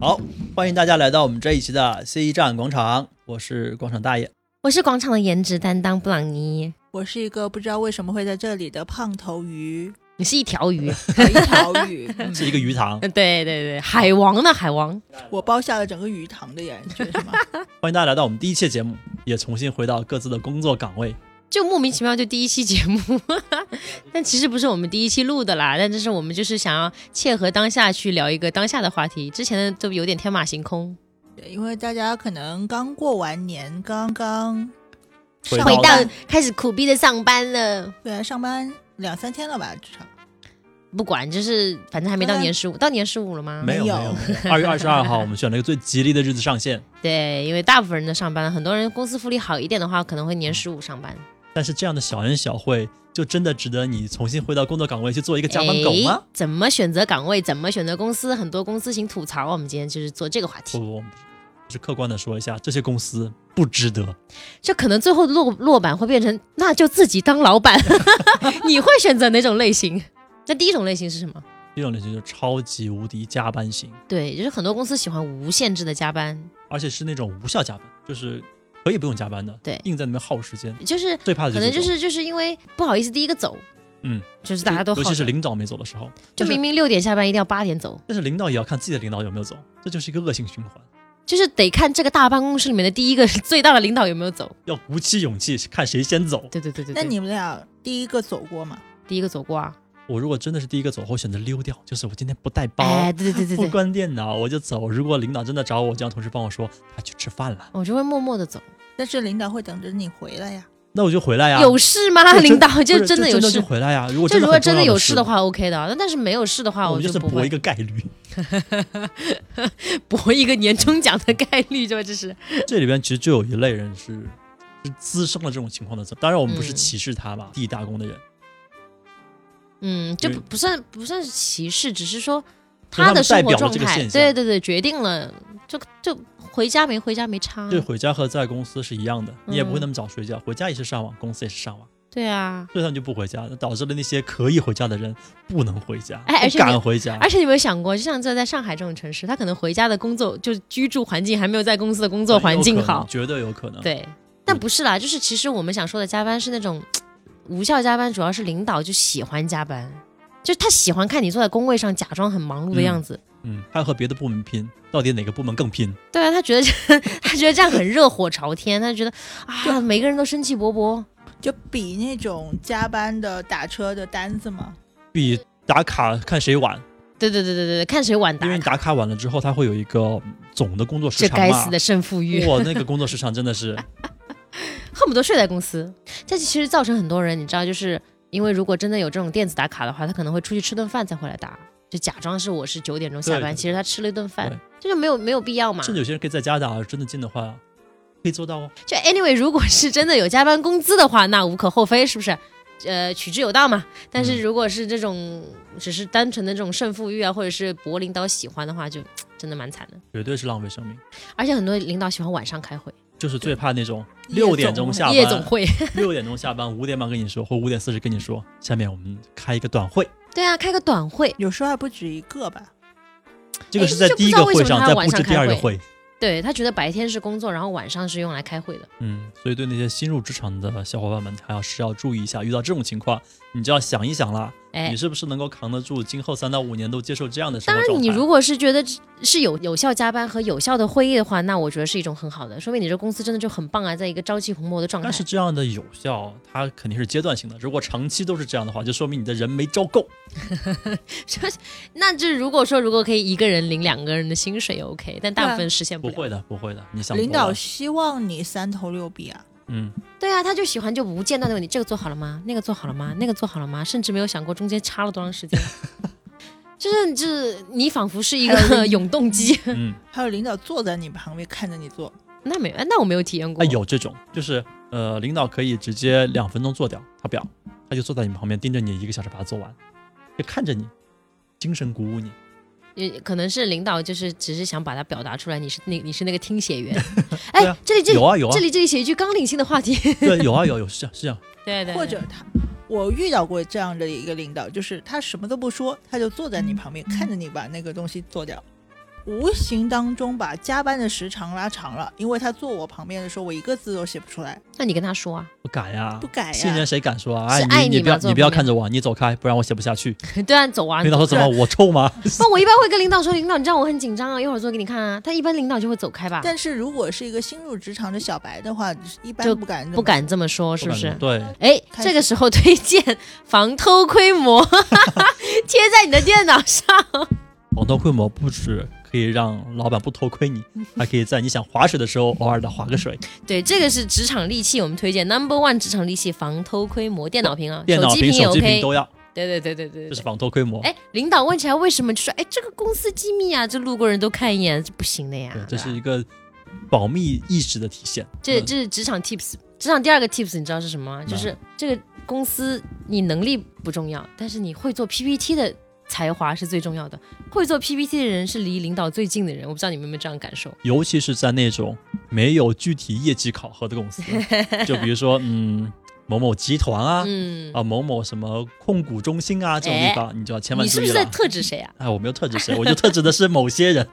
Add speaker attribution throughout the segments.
Speaker 1: 好，欢迎大家来到我们这一期的 C 站广场，我是广场大爷。
Speaker 2: 我是广场的颜值担当布朗尼，
Speaker 3: 我是一个不知道为什么会在这里的胖头鱼，呃
Speaker 2: 你是一条鱼，
Speaker 3: 一条鱼，嗯
Speaker 1: 是一个鱼塘，
Speaker 2: 对对对，海王呢？海王，
Speaker 3: 我包下了整个鱼塘的颜值是吗？
Speaker 1: 欢迎大家来到我们第一期节目，也重新回到各自的工作岗位。
Speaker 2: 就莫名其妙就第一期节目， 但其实不是我们第一期录的啦，但这是我们就是想要切合当下去聊一个当下的话题，之前的都有点天马行空，
Speaker 3: 对因为大家可能刚过完年，刚刚
Speaker 1: 回
Speaker 3: 上
Speaker 1: 到
Speaker 2: 回到
Speaker 3: 班
Speaker 2: 开始苦逼的上班了。
Speaker 3: 对啊，上班两三天了吧，至少
Speaker 2: 不管，就是反正还没到年十五，到年十五了
Speaker 1: 啊
Speaker 2: 吗？
Speaker 1: 没有没
Speaker 3: 没有
Speaker 1: 有，二月二十二号，我们选了一个最吉利的日子上线。
Speaker 2: 对，因为大部分人都上班了，很多人公司福利好一点的话，可能会年十五上班。
Speaker 1: 但是这样的小恩小惠，就真的值得你重新回到工作岗位去做一个加班狗
Speaker 2: 哎
Speaker 1: 吗？？
Speaker 2: 怎么选择岗位？怎么选择公司？很多公司型吐槽，我们今天就是做这个话
Speaker 1: 不
Speaker 2: 题。
Speaker 1: 不，我们是客观的说一下，这些公司不值得。
Speaker 2: 这可能最后落落板会变成，那就自己当老板。 你会选择哪种类型？那第一种类型是什么？
Speaker 1: 这种类型就是超级无敌加班型，
Speaker 2: 对，就是很多公司喜欢无限制的加班，
Speaker 1: 而且是那种无效加班，就是可以不用加班的，
Speaker 2: 对
Speaker 1: 硬在那边耗时间。
Speaker 2: 就是
Speaker 1: 最怕的
Speaker 2: 可
Speaker 1: 是
Speaker 2: 能
Speaker 1: 这
Speaker 2: 就
Speaker 1: 种
Speaker 2: 是就是因为不好意思第一个走，
Speaker 1: 嗯，
Speaker 2: 就是大家都
Speaker 1: 尤
Speaker 2: 好
Speaker 1: 其，是领导没走的时候，
Speaker 2: 就明明六点下班，一定要八点走，
Speaker 1: 但是领导也要看自己的领导有没有走，这就是一个恶性循环。
Speaker 2: 就是得看这个大办公室里面的第一个最大的领导有没有走。
Speaker 1: 要鼓起勇气看谁先走。
Speaker 2: 对对对对
Speaker 3: 那
Speaker 2: 对，
Speaker 3: 你们俩第一个走过吗？
Speaker 2: 第一个走过啊？
Speaker 1: 我如果真的是第一个走，我会选择溜掉，就是我今天不带包，
Speaker 2: 哎，对对对
Speaker 1: 不
Speaker 2: 对对，
Speaker 1: 关电脑我就走。如果领导真的找我，就让同事帮我说他去吃饭了，
Speaker 2: 我就会默默的走。
Speaker 3: 但是领导会等着你回来呀。
Speaker 1: 那我就回来呀。
Speaker 2: 有事吗？
Speaker 1: 就真
Speaker 2: 领导
Speaker 1: 不
Speaker 2: 就是真的有
Speaker 1: 就
Speaker 2: 事
Speaker 1: 就。回来呀。如果
Speaker 2: 就
Speaker 1: 真
Speaker 2: 如
Speaker 1: 的
Speaker 2: 果
Speaker 1: 很重
Speaker 2: 真
Speaker 1: 要的
Speaker 2: 的有
Speaker 1: 事
Speaker 2: 事的，话，OK 的。那但是没有事的话，
Speaker 1: 我们
Speaker 2: 就
Speaker 1: 就是
Speaker 2: 不
Speaker 1: 搏
Speaker 2: 会
Speaker 1: 一个概率。
Speaker 2: 搏一个年终奖的概率，就这是。
Speaker 1: 这里边其实就有一类人是是滋生了这种情况的。当然，我们不是
Speaker 2: 嗯
Speaker 1: 歧视他嘛，地打工的人，
Speaker 2: 嗯，就
Speaker 1: 对
Speaker 2: 不不算不算是歧视，只是说
Speaker 1: 就他
Speaker 2: 的
Speaker 1: 们代
Speaker 2: 生活
Speaker 1: 表了
Speaker 2: 状
Speaker 1: 这个
Speaker 2: 态，
Speaker 1: 现象
Speaker 2: 对对对，决定了，就就回家没回家没差。
Speaker 1: 对回家和在公司是一样的，
Speaker 2: 嗯
Speaker 1: 你也不会那么早睡觉，回家也是上网，公司也是上网，
Speaker 2: 对啊，
Speaker 1: 所以他们就不回家，导致了那些可以回家的人不能回家，
Speaker 2: 哎而
Speaker 1: 不
Speaker 2: 且
Speaker 1: 敢回家
Speaker 2: 而。且你有没有想过，就像这在上海这种城市，他可能回家的工作就居住环境还没有在公司的工作环境好
Speaker 1: 有可能，嗯绝对有可能。，
Speaker 2: 对，但不是啦，就是其实我们想说的加班是那种无效加班，主要是领导就喜欢加班，就是他喜欢看你坐在工位上假装很忙碌的样子。
Speaker 1: 嗯，还要和别的部门拼，到底哪个部门更拼？
Speaker 2: 对啊，他觉得这 他觉得这样很热火朝天，他觉得啊，每个人都生气勃勃。
Speaker 3: 就比那种加班的打车的单子吗？
Speaker 1: 比打卡看谁晚，
Speaker 2: 对对对对对对，看谁晚打
Speaker 1: 因为你打卡晚了之后，它会有一个总的工作时
Speaker 2: 这
Speaker 1: 长
Speaker 2: 该
Speaker 1: 嘛
Speaker 2: 死的哎胜负欲，
Speaker 1: 哇，那个工作时长真的 是，
Speaker 2: 恨不得睡在公司。但是其实造成很多人，你知道，就是因为如果真的有这种电子打卡的话，他可能会出去吃顿饭再回来打，就假装是我是九点钟下
Speaker 1: 对
Speaker 2: 班，
Speaker 1: 对
Speaker 2: 其实他吃了一顿饭
Speaker 1: 对，
Speaker 2: 这就没有没有必要嘛。
Speaker 1: 甚至有些人可以在家打，真的近的话，可以做到哦。
Speaker 2: 就 anyway，如果是真的有加班工资的话，那无可厚非，是不是？呃，取之有道嘛。但是如果是这种、只是单纯的这种胜负欲啊，或者是博领导喜欢的话，就真的蛮惨的。
Speaker 1: 绝对是浪费生命。
Speaker 2: 而且很多领导喜欢晚上开会，
Speaker 1: 就是最怕那种
Speaker 3: 夜
Speaker 1: 六点钟
Speaker 3: 总会
Speaker 1: 下
Speaker 2: 夜总
Speaker 1: 班，
Speaker 2: 会。
Speaker 1: 六点钟下班，五点半跟你说，或五点四十跟你说，下面我们开一个短会。
Speaker 2: 对啊，开个短会。
Speaker 3: 有时候还不止一个吧。
Speaker 1: 这个
Speaker 2: 哎
Speaker 1: 是在
Speaker 2: 就不
Speaker 1: 第一
Speaker 2: 知
Speaker 1: 个
Speaker 2: 道为
Speaker 1: 会
Speaker 2: 什么
Speaker 1: 上，
Speaker 2: 他
Speaker 1: 再
Speaker 2: 晚
Speaker 1: 布
Speaker 2: 上
Speaker 1: 置第
Speaker 2: 开
Speaker 1: 二个
Speaker 2: 会
Speaker 1: 会。
Speaker 2: 对他觉得白天是工作，然后晚上是用来开会的。
Speaker 1: 嗯，所以对那些新入职场的小伙伴们，还要是要注意一下，遇到这种情况，你就要想一想啦，
Speaker 2: 哎
Speaker 1: 你，是不是能够扛得住，今后三到五年都接受这样的生
Speaker 2: 当
Speaker 1: 活
Speaker 2: 然
Speaker 1: 状态？
Speaker 2: 你如果是觉得是有有效加班和有效的会议的话，那我觉得是一种很好的，说明你这公司真的就很棒啊，在一个朝气蓬勃的状态
Speaker 1: 但。是这样的有效，它肯定是阶段性的。如果长期都是这样的话，就说明你的人没招够。
Speaker 2: 那这如果说如果可以一个人领两个人的薪水也 OK，但大
Speaker 3: 对啊
Speaker 2: 部分实现
Speaker 1: 不
Speaker 2: 了。
Speaker 1: 会的，不会的，你想
Speaker 3: 领
Speaker 1: 多了
Speaker 3: 导希望你三头六臂啊，
Speaker 1: 嗯，
Speaker 2: 对啊，他就喜欢就无间断的问你这个做好了吗？那个做好了吗？那个做好了吗？甚至没有想过中间差了多长时间。 就是就是，你仿佛是一
Speaker 3: 还有
Speaker 2: 个
Speaker 3: 你
Speaker 2: 永动机，
Speaker 1: 嗯，
Speaker 3: 还有领导坐在你旁边看着你做，
Speaker 2: 那没那我没有体验过。
Speaker 1: 哎，有这种，就是呃，领导可以直接两分钟做掉他表，他就坐在你旁边盯着你一个小时把它做完，就看着你，精神鼓舞你。
Speaker 2: 也可能是领导就是只是想把它表达出来，你是那你是那个听写员。
Speaker 1: 对
Speaker 2: 哎、
Speaker 1: 啊
Speaker 2: 这里这里、
Speaker 1: 有啊有啊
Speaker 2: 这，里这里写一句纲领性的话题。
Speaker 1: 对，有啊有有是这样是这样，
Speaker 2: 对对对，
Speaker 3: 或者他，我遇到过这样的一个领导，就是他什么都不说，他就坐在你旁边看着你把那个东西做掉。无形当中把加班的时长拉长了，因为他坐我旁边的时候，我一个字都写不出来，
Speaker 2: 那你跟他说啊，
Speaker 1: 不敢呀
Speaker 3: 不，改
Speaker 1: 新
Speaker 3: 呀、
Speaker 1: 人谁敢说啊？哎，
Speaker 2: 是爱
Speaker 1: 你
Speaker 2: 你
Speaker 1: 不要
Speaker 2: 吗坐
Speaker 1: 你不要
Speaker 2: 旁边
Speaker 1: 看着我，你走开，不然我写不下去。
Speaker 2: 对啊，走啊。
Speaker 1: 领导说怎么我臭吗？
Speaker 2: 那我一般会跟领导说，领导，你让我很紧张啊，一会儿做给你看啊。但一般领导就会走开吧，
Speaker 3: 但是如果是一个新入职场的小白的话，一般
Speaker 2: 就
Speaker 3: 不敢这么
Speaker 2: 不敢这么说，是不
Speaker 1: 敢
Speaker 2: 是
Speaker 1: 的？对，
Speaker 2: 哎，
Speaker 3: 开始
Speaker 2: 这个时候推荐防偷窥膜， 贴在你的电脑上。
Speaker 1: 网投规模不止可以让老板不偷窥你，还可以在你想划水的时候偶尔的划个 水。
Speaker 2: 对，这个是职场利器，我们推荐 Number One 职场利器防偷窥膜，电脑屏啊，
Speaker 1: 电脑
Speaker 2: 手机
Speaker 1: 屏、
Speaker 2: 屏也
Speaker 1: 手机屏
Speaker 2: OK。
Speaker 1: 都要，
Speaker 2: 对对对对对
Speaker 1: 这是
Speaker 2: 对。
Speaker 1: 防偷窥膜。
Speaker 2: 哎，领导问起来为什么就说，哎，这个公司机密啊，这路过人都看一眼，这不行的呀
Speaker 1: 对，。这
Speaker 2: 对吧
Speaker 1: 是一个保密意识的体现。
Speaker 2: 这
Speaker 1: 嗯
Speaker 2: 这是职场 tips。职场第二个 tips 你知道是什么吗？
Speaker 1: 嗯
Speaker 2: 就是这个公司你能力不重要，但是你会做 PPT 的才华是最重要的。会做 PPT 的人是离领导最近的人，我不知道你们有没有这样感受。
Speaker 1: 尤其是在那种没有具体业绩考核的公司，就比如说嗯某某集团啊。
Speaker 2: 嗯，
Speaker 1: 啊，某某什么控股中心啊，这种地方、你就要千万
Speaker 2: 你是
Speaker 1: 注
Speaker 2: 不
Speaker 1: 意
Speaker 2: 是
Speaker 1: 了
Speaker 2: 在。特指谁啊？
Speaker 1: 哎，我没有特指谁，我就特指的是某些人。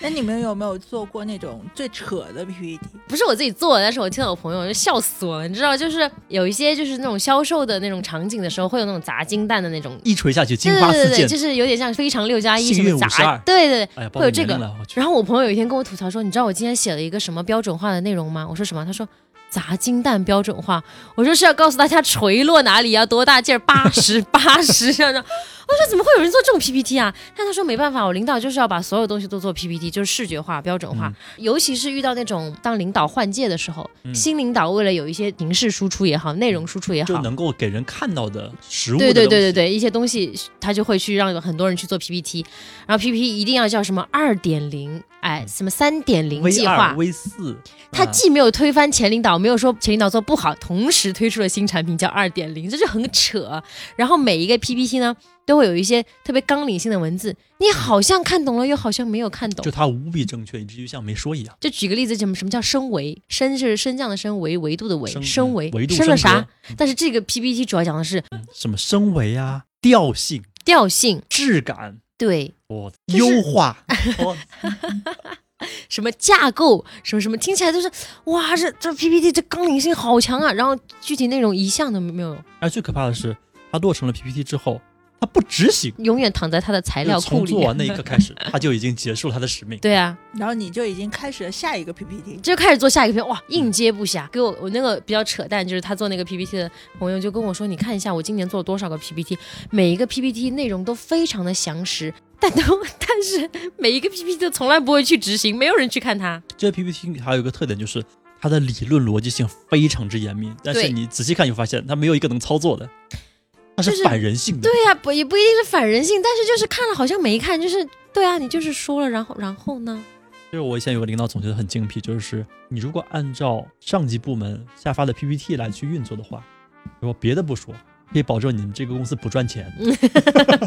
Speaker 3: 那哎你们有没有做过那种最扯的 PPT？
Speaker 2: 啊不是我自己做的，但是我听到我朋友就笑死我了。你知道，就是有一些就是那种销售的那种场景的时候，会有那种砸金蛋的那种，
Speaker 1: 一锤下去，金
Speaker 2: 对
Speaker 1: 花
Speaker 2: 对
Speaker 1: 四
Speaker 2: 对对，
Speaker 1: 溅。
Speaker 2: 就是有点像非常六加一什
Speaker 1: 幸运
Speaker 2: 么砸
Speaker 1: 52，
Speaker 2: 对对对，
Speaker 1: 哎呀，
Speaker 2: 会有这个
Speaker 1: 报名了，我去
Speaker 2: 然后我朋友有一天跟我吐槽说：“你知道我今天写了一个什么标准化的内容吗？”我说：“什么？”他说：“砸金蛋标准化。”我说：“是要告诉大家锤落哪里要啊多大劲儿，八十八十这样的。”我说：“怎么会有人做这种 PPT 啊？”但他说：“没办法，我领导就是要把所有东西都做 PPT，就是视觉化、标准化。尤其是遇到那种当领导换届的时候，新领导为了有一些形式输出也好，内容输出也
Speaker 1: 就
Speaker 2: 好。”
Speaker 1: 能够给人看到的实物的
Speaker 2: 对对
Speaker 1: 东
Speaker 2: 对对
Speaker 1: 西
Speaker 2: 对，一些东西他就会去让很多人去做 PPT，然后 PPT 一定要叫什么二点零，哎，什么三点零
Speaker 1: 嗯 V
Speaker 2: 计
Speaker 1: 二、
Speaker 2: 划。
Speaker 1: V 四，
Speaker 2: 他
Speaker 1: 啊
Speaker 2: 既没有推翻前领导，没有说前领导做不好，同时推出了新产品叫二点零，这就很扯。然后每一个 PPT 呢，都会有一些特别纲领性的文字，你好像看懂了，又好像没有看懂
Speaker 1: 就。他无比正确，以至于像没说一样。
Speaker 2: 就举个例子，什么什么叫升维？升是升降的升，维维度的维，
Speaker 1: 升
Speaker 2: 升维
Speaker 1: 维度
Speaker 2: 升了
Speaker 1: 升格
Speaker 2: 啥？但是这个 PPT 主要讲的是
Speaker 1: 什么升维啊、调性、
Speaker 2: 调性，
Speaker 1: 质感，
Speaker 2: 对，
Speaker 1: 我、
Speaker 2: 就是
Speaker 1: 优化，哦
Speaker 2: 什么架构，什么什么，听起来都是哇，这这 PPT 这纲领性好强啊！然后具体内容一项都没有，
Speaker 1: 而哎最可怕的是，他落成了 PPT 之后，他不执行，
Speaker 2: 永远躺在他的材
Speaker 1: 就
Speaker 2: 料
Speaker 1: 是从
Speaker 2: 库里
Speaker 1: 做完
Speaker 2: 面。
Speaker 1: 那一刻开 始，他就已经结束了他的使命。
Speaker 2: 对啊，
Speaker 3: 然后你就已经开始了下一个 PPT，
Speaker 2: 就开始做下一个片，哇，应接不暇。给我我那个比较扯淡，就是他做那个 PPT 的朋友就跟我说，你看一下我今年做了多少个 PPT，每一个 PPT 内容都非常的详实，但都但是每一个 PPT 都从来不会去执行，没有人去看它。
Speaker 1: 这个 PPT 还有一个特点就是。它的理论逻辑性非常之严密，但是
Speaker 2: 对
Speaker 1: 你仔细看，你会发现它没有一个能操作的，它
Speaker 2: 就是是
Speaker 1: 反人性的。
Speaker 2: 对呀、不也不一定是反人性，但是就是看了好像没看，就是对啊，你就是说了，然后然后呢？
Speaker 1: 就是我以前有个领导总结的很精辟，就是你如果按照上级部门下发的 PPT 来去运作的话，如果别的不说，可以保证你们这个公司不赚钱。
Speaker 2: 嗯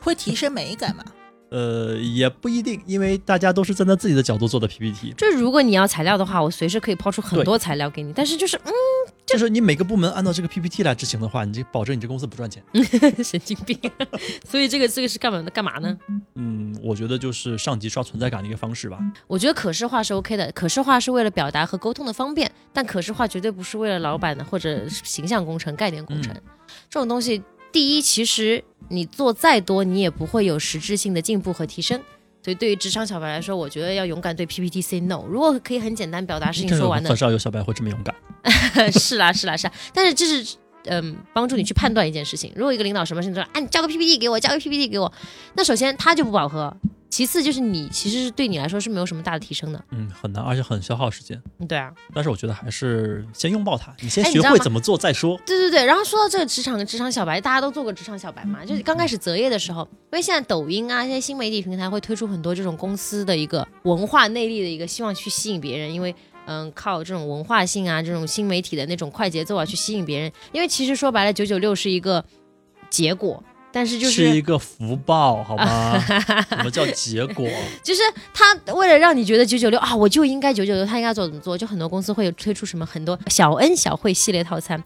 Speaker 3: 会提升美感嘛？
Speaker 1: 呃，也不一定，因为大家都是站在自己的角度做的 PPT，
Speaker 2: 就是如果你要材料的话，我随时可以抛出很多材料给你，但是就是
Speaker 1: 就是你每个部门按照这个 PPT 来执行的话，你这保证你这公司不赚钱。
Speaker 2: 嗯，神经病。 所以这个这个是干嘛的？干嘛呢？
Speaker 1: 嗯，我觉得就是上级刷存在感的一个方式吧。
Speaker 2: 我觉得可视化是 OK 的，可视化是为了表达和沟通的方便，但可视化绝对不是为了老板的或者是形象工程、概念工
Speaker 1: 嗯
Speaker 2: 程、这种东西。第一，其实你做再多，你也不会有实质性的进步和提升。所以，对于职场小白来说，我觉得要勇敢对 PPT say no。如果可以很简单表达事情
Speaker 1: 这
Speaker 2: 说
Speaker 1: 个
Speaker 2: 完的
Speaker 1: 很，少有小白会这么勇敢。
Speaker 2: 是啦是啦是啦，但是这是嗯帮助你去判断一件事情。如果一个领导什么事情都说，哎、你交个 PPT 给我，交个 PPT 给我，那首先他就不饱和，其次就是你其实是对你来说是没有什么大的提升的。
Speaker 1: 嗯，很难，而且很消耗时间。
Speaker 2: 嗯对啊，
Speaker 1: 但是我觉得还是先拥抱它，你先
Speaker 2: 哎你
Speaker 1: 学
Speaker 2: 知道
Speaker 1: 会
Speaker 2: 吗
Speaker 1: 怎么做再说。
Speaker 2: 对对对。然后说到这个职场职场小白，大家都做过职场小白嘛，就是刚开始择业的时候，因为现在抖音啊，现在新媒体平台会推出很多这种公司的一个文化内力的一个，希望去吸引别人，因为。嗯，靠这种文化性啊，这种新媒体的那种快节奏啊，去吸引别人。因为其实说白了，九九六是一个结果，但是就是
Speaker 1: 一
Speaker 2: 是
Speaker 1: 个福报，好吗？什么叫结果？
Speaker 2: 就是他为了让你觉得九九六啊，我就应该九九六，他应该做怎么做？就很多公司会有推出什么很多小恩小惠系列套餐，